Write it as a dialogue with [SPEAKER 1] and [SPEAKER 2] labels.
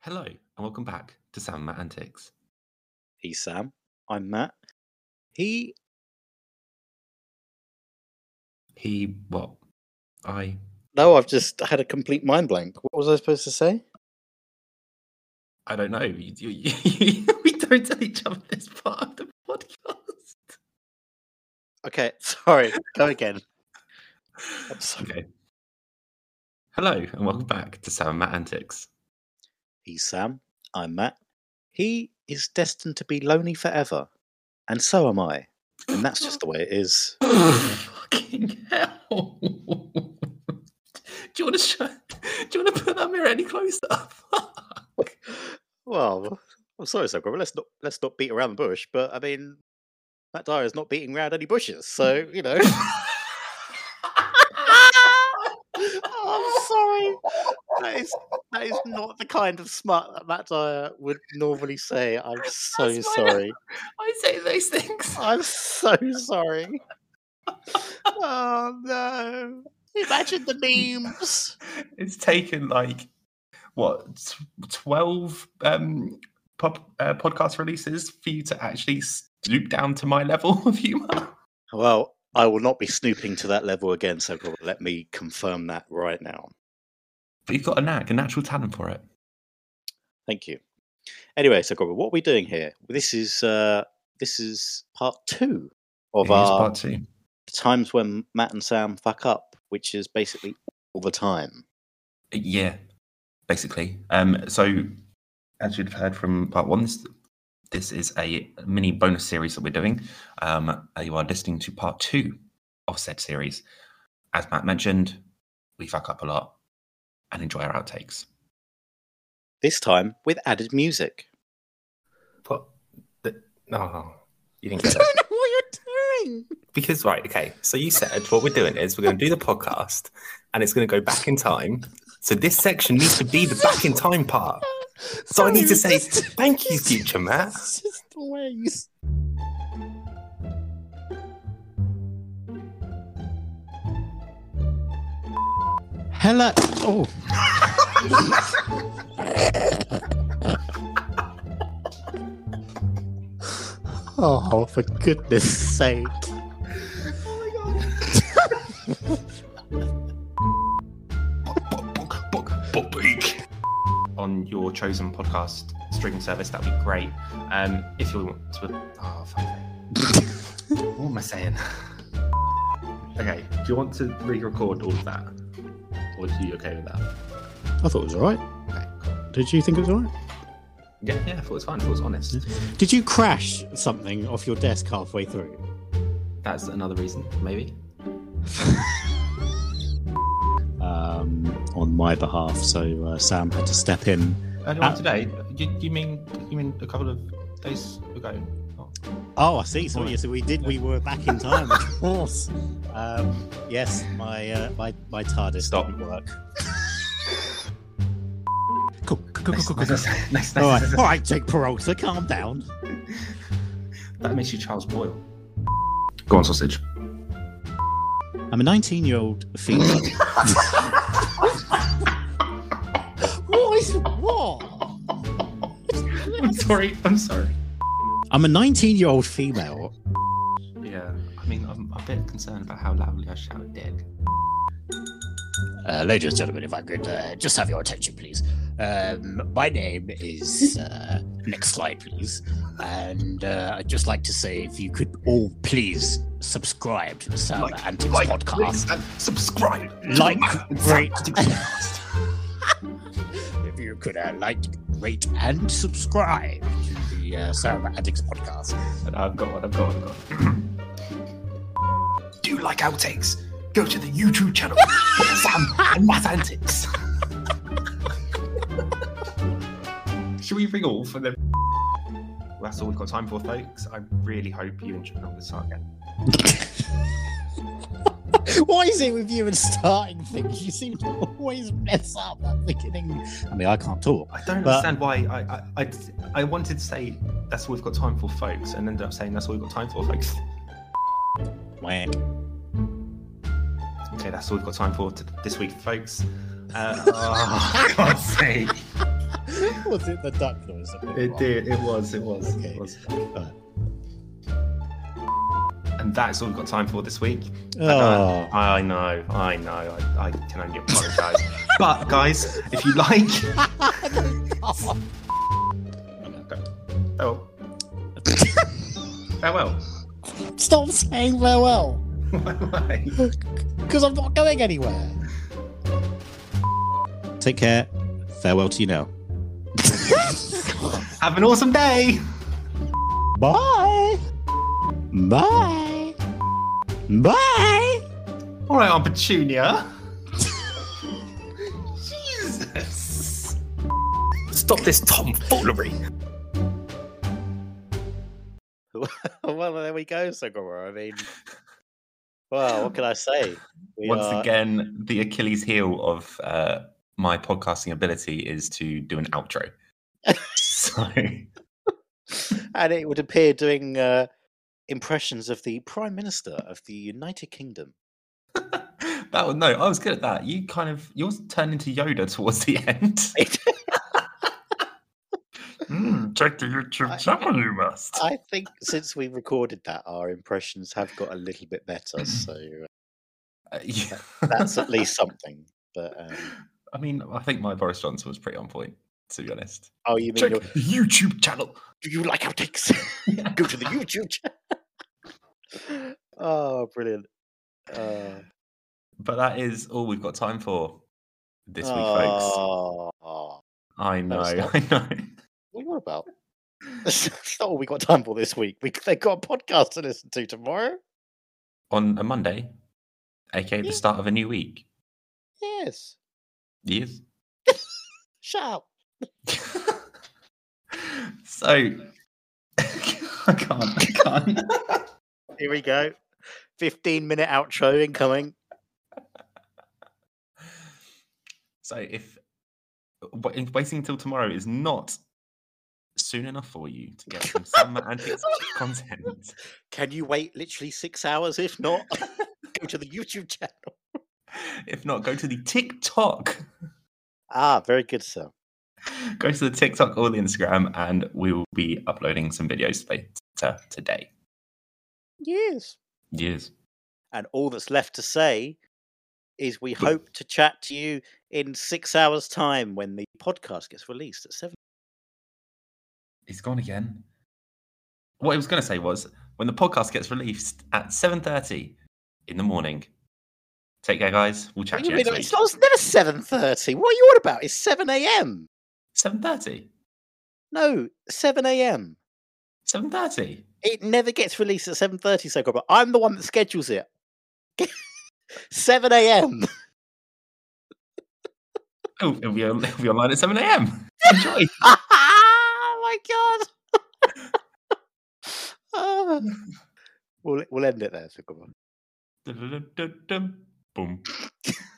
[SPEAKER 1] Hello, and welcome back to Sam and Matt Antics.
[SPEAKER 2] He's Sam. I'm Matt. He
[SPEAKER 1] He, what? I,
[SPEAKER 2] no, I've just had a complete mind blank. What was I supposed to say?
[SPEAKER 1] I don't know. You, you, you, we don't tell each other this part of the podcast.
[SPEAKER 2] Okay, sorry. Go again. I'm sorry.
[SPEAKER 1] Okay. Hello, and welcome back to Sam and Matt Antics.
[SPEAKER 2] He's Sam. I'm Matt. He is destined to be lonely forever, and so am I. And that's just the way it is.
[SPEAKER 1] Fucking hell. Do you want to show, do you want to put that mirror any closer? Fuck.
[SPEAKER 2] Well, I'm sorry, Sakura. but Let's not let's not beat around the bush. But I mean, Matt Dyer is not beating around any bushes, so you know. Oh, I'm sorry. That is that is not the kind of smut that Matt Dyer would normally say. I'm so
[SPEAKER 1] That's why I-
[SPEAKER 2] sorry.
[SPEAKER 1] I say those things.
[SPEAKER 2] I'm so sorry. oh no. Imagine the memes.
[SPEAKER 1] It's taken like what t- twelve um pop, uh, podcast releases for you to actually stoop down to my level of humor.
[SPEAKER 2] Well, I will not be snooping to that level again, so Robert, let me confirm that right now.
[SPEAKER 1] But you've got a knack, a natural talent for it.
[SPEAKER 2] Thank you. Anyway, so Robert, what are we doing here? This is uh this is part two of
[SPEAKER 1] Here's
[SPEAKER 2] our
[SPEAKER 1] part two.
[SPEAKER 2] times when Matt and Sam fuck up, which is basically all the time.
[SPEAKER 1] Yeah, basically. Um, so as you'd have heard from part one, this this is a mini bonus series that we're doing. Um, uh, you are listening to part two of said series. As Matt mentioned, we fuck up a lot and enjoy our outtakes.
[SPEAKER 2] This time with added music.
[SPEAKER 3] But the, no, you didn't
[SPEAKER 2] I
[SPEAKER 3] get
[SPEAKER 2] don't
[SPEAKER 3] it.
[SPEAKER 2] know what you're doing.
[SPEAKER 3] Because right, okay. So you said what we're doing is we're going to do the podcast, and it's going to go back in time. So this section needs to be the back in time part. So I need to say thank you, future Matt.
[SPEAKER 2] It's just the ways. Hello. Oh. oh, for goodness sake.
[SPEAKER 1] On your chosen podcast streaming service, that'd be great. Um, if you want to, oh fuck, what am I saying? okay, do you want to re-record all of that, or are you okay with that?
[SPEAKER 2] I thought it was alright. Did you think it was alright?
[SPEAKER 1] Yeah, yeah, I thought it was fine. I thought it was honest.
[SPEAKER 2] Did you crash something off your desk halfway through?
[SPEAKER 1] That's another reason, maybe.
[SPEAKER 2] um, on my behalf. So uh, Sam had to step in.
[SPEAKER 1] Earlier
[SPEAKER 2] on Uh,
[SPEAKER 1] today, you, you mean you mean a couple of days ago?
[SPEAKER 2] Oh, I see. So
[SPEAKER 1] Right.
[SPEAKER 2] yes, we did. We were back in time, of course. Um, yes, my uh, my my TARDIS
[SPEAKER 1] Stop.
[SPEAKER 2] didn't work. cool, cool, cool,
[SPEAKER 1] Nice,
[SPEAKER 2] cool, cool,
[SPEAKER 1] nice,
[SPEAKER 2] cool.
[SPEAKER 1] nice, nice, nice, nice,
[SPEAKER 2] All right,
[SPEAKER 1] nice.
[SPEAKER 2] all right, Jake Peralta, calm down.
[SPEAKER 1] That makes you Charles Boyle. Go on, sausage.
[SPEAKER 2] I'm a 19 year old female. what is what?
[SPEAKER 1] I'm sorry. I'm sorry.
[SPEAKER 2] I'm a 19 year old female
[SPEAKER 1] Yeah, I mean, I'm a bit concerned about how loudly I shouted "dick."
[SPEAKER 4] Uh, ladies and gentlemen, if I could uh, just have your attention, please. Um, my name is. Uh, next slide, please. And uh, I'd just like to say if you could all please subscribe to the Sam Antics podcast.
[SPEAKER 1] and subscribe.
[SPEAKER 4] Like, rate. if you could uh, like, rate, and subscribe to the uh, Sam Antics podcast.
[SPEAKER 1] I've got one. I've got one. I've got one.
[SPEAKER 5] do you like outtakes, go to the YouTube channel Sam and Math Antics.
[SPEAKER 1] Should we ring all for them? That's all we've got time for, folks. I really hope you enjoyed the saga.
[SPEAKER 4] Why is it with you and starting things? You seem to always mess up at the beginning. I mean, I can't talk.
[SPEAKER 1] I don't
[SPEAKER 4] But-
[SPEAKER 1] understand why I, I I I wanted to say that's all we've got time for, folks, and ended up saying that's all we've got time for, folks.
[SPEAKER 4] Wank.
[SPEAKER 1] Okay, that's all we've got time for t- this week, folks. Uh, oh, God's sake.
[SPEAKER 4] was it the duck noise? that went
[SPEAKER 1] It
[SPEAKER 4] wrong?
[SPEAKER 1] did. It was. It was.
[SPEAKER 4] Okay.
[SPEAKER 1] It was.
[SPEAKER 4] Uh.
[SPEAKER 1] And that's all we've got time for this week. Ah.
[SPEAKER 4] Oh.
[SPEAKER 3] I know, I know. I, I can only apologise.
[SPEAKER 1] But guys, if you like, oh, farewell.
[SPEAKER 4] Stop saying farewell,
[SPEAKER 1] Bye.
[SPEAKER 4] because I'm not going anywhere. Take care. Farewell to you now.
[SPEAKER 1] Have an awesome day.
[SPEAKER 4] Bye. Bye. Bye.
[SPEAKER 1] All right, Aunt Petunia. Jesus.
[SPEAKER 3] Stop this tomfoolery.
[SPEAKER 2] well, there we go, Segura. I mean, well, what can I say? We
[SPEAKER 1] Once
[SPEAKER 2] are-
[SPEAKER 1] again, the Achilles heel of uh, my podcasting ability is to do an outro. so,
[SPEAKER 2] and it would appear doing uh, impressions of the Prime Minister of the United Kingdom.
[SPEAKER 1] that was no, I was good at that. You kind of yours turned into Yoda towards the end.
[SPEAKER 2] It-
[SPEAKER 1] Mm, check the YouTube
[SPEAKER 2] I-
[SPEAKER 1] channel, you must.
[SPEAKER 2] I think since we recorded that, our impressions have got a little bit better, so
[SPEAKER 1] Uh, yeah.
[SPEAKER 2] that's at least something. But um,
[SPEAKER 1] I mean, I think my Boris Johnson was pretty on point, to be honest.
[SPEAKER 2] oh, you mean
[SPEAKER 1] Check
[SPEAKER 2] your,
[SPEAKER 1] the YouTube channel.
[SPEAKER 2] do you like outtakes? Go to the YouTube channel. oh, brilliant! Uh,
[SPEAKER 1] But that is all we've got time for this week, folks.
[SPEAKER 2] oh,
[SPEAKER 1] I know,
[SPEAKER 2] was
[SPEAKER 1] I know.
[SPEAKER 2] What are you on about? That's not all we got time for this week. We, they've got a podcast to listen to tomorrow.
[SPEAKER 1] on a Monday, aka
[SPEAKER 2] Yeah.
[SPEAKER 1] the start of a new week.
[SPEAKER 2] Yes.
[SPEAKER 1] Yes.
[SPEAKER 2] Shut up.
[SPEAKER 1] so I can't. I can't.
[SPEAKER 2] Here we go. 15 minute outro incoming.
[SPEAKER 1] so if wa- if waiting until tomorrow is not soon enough for you to get some summer antics content,
[SPEAKER 2] Can you wait literally six hours? If not, go to the YouTube channel.
[SPEAKER 1] if not, go to the TikTok.
[SPEAKER 2] Ah, very good, sir.
[SPEAKER 1] Go to the TikTok or the Instagram, and we will be uploading some videos later today.
[SPEAKER 2] Yes.
[SPEAKER 1] Yes.
[SPEAKER 2] And all that's left to say is we hope to chat to you in six hours' time when the podcast gets released at seven.
[SPEAKER 1] He's gone again. What I was going to say was when the podcast gets released at 7.30 in the morning. Take care, guys. We'll
[SPEAKER 2] What
[SPEAKER 1] chat
[SPEAKER 2] do
[SPEAKER 1] to
[SPEAKER 2] you
[SPEAKER 1] you
[SPEAKER 2] mean?
[SPEAKER 1] next
[SPEAKER 2] It's,
[SPEAKER 1] week.
[SPEAKER 2] not, it's never seven thirty. What are you on about? It's seven a.m.
[SPEAKER 1] 7.30?
[SPEAKER 2] No, seven a.m.
[SPEAKER 1] 7.30?
[SPEAKER 2] It never gets released at seven thirty, so Cobra. I'm the one that schedules it. seven a.m.
[SPEAKER 1] Oh, it'll be, on, it'll be online at 7am. Enjoy.
[SPEAKER 2] oh my god! Ah. we'll we'll end it there. So come on.
[SPEAKER 1] Dun-dun-dun-dun-dun. Boom.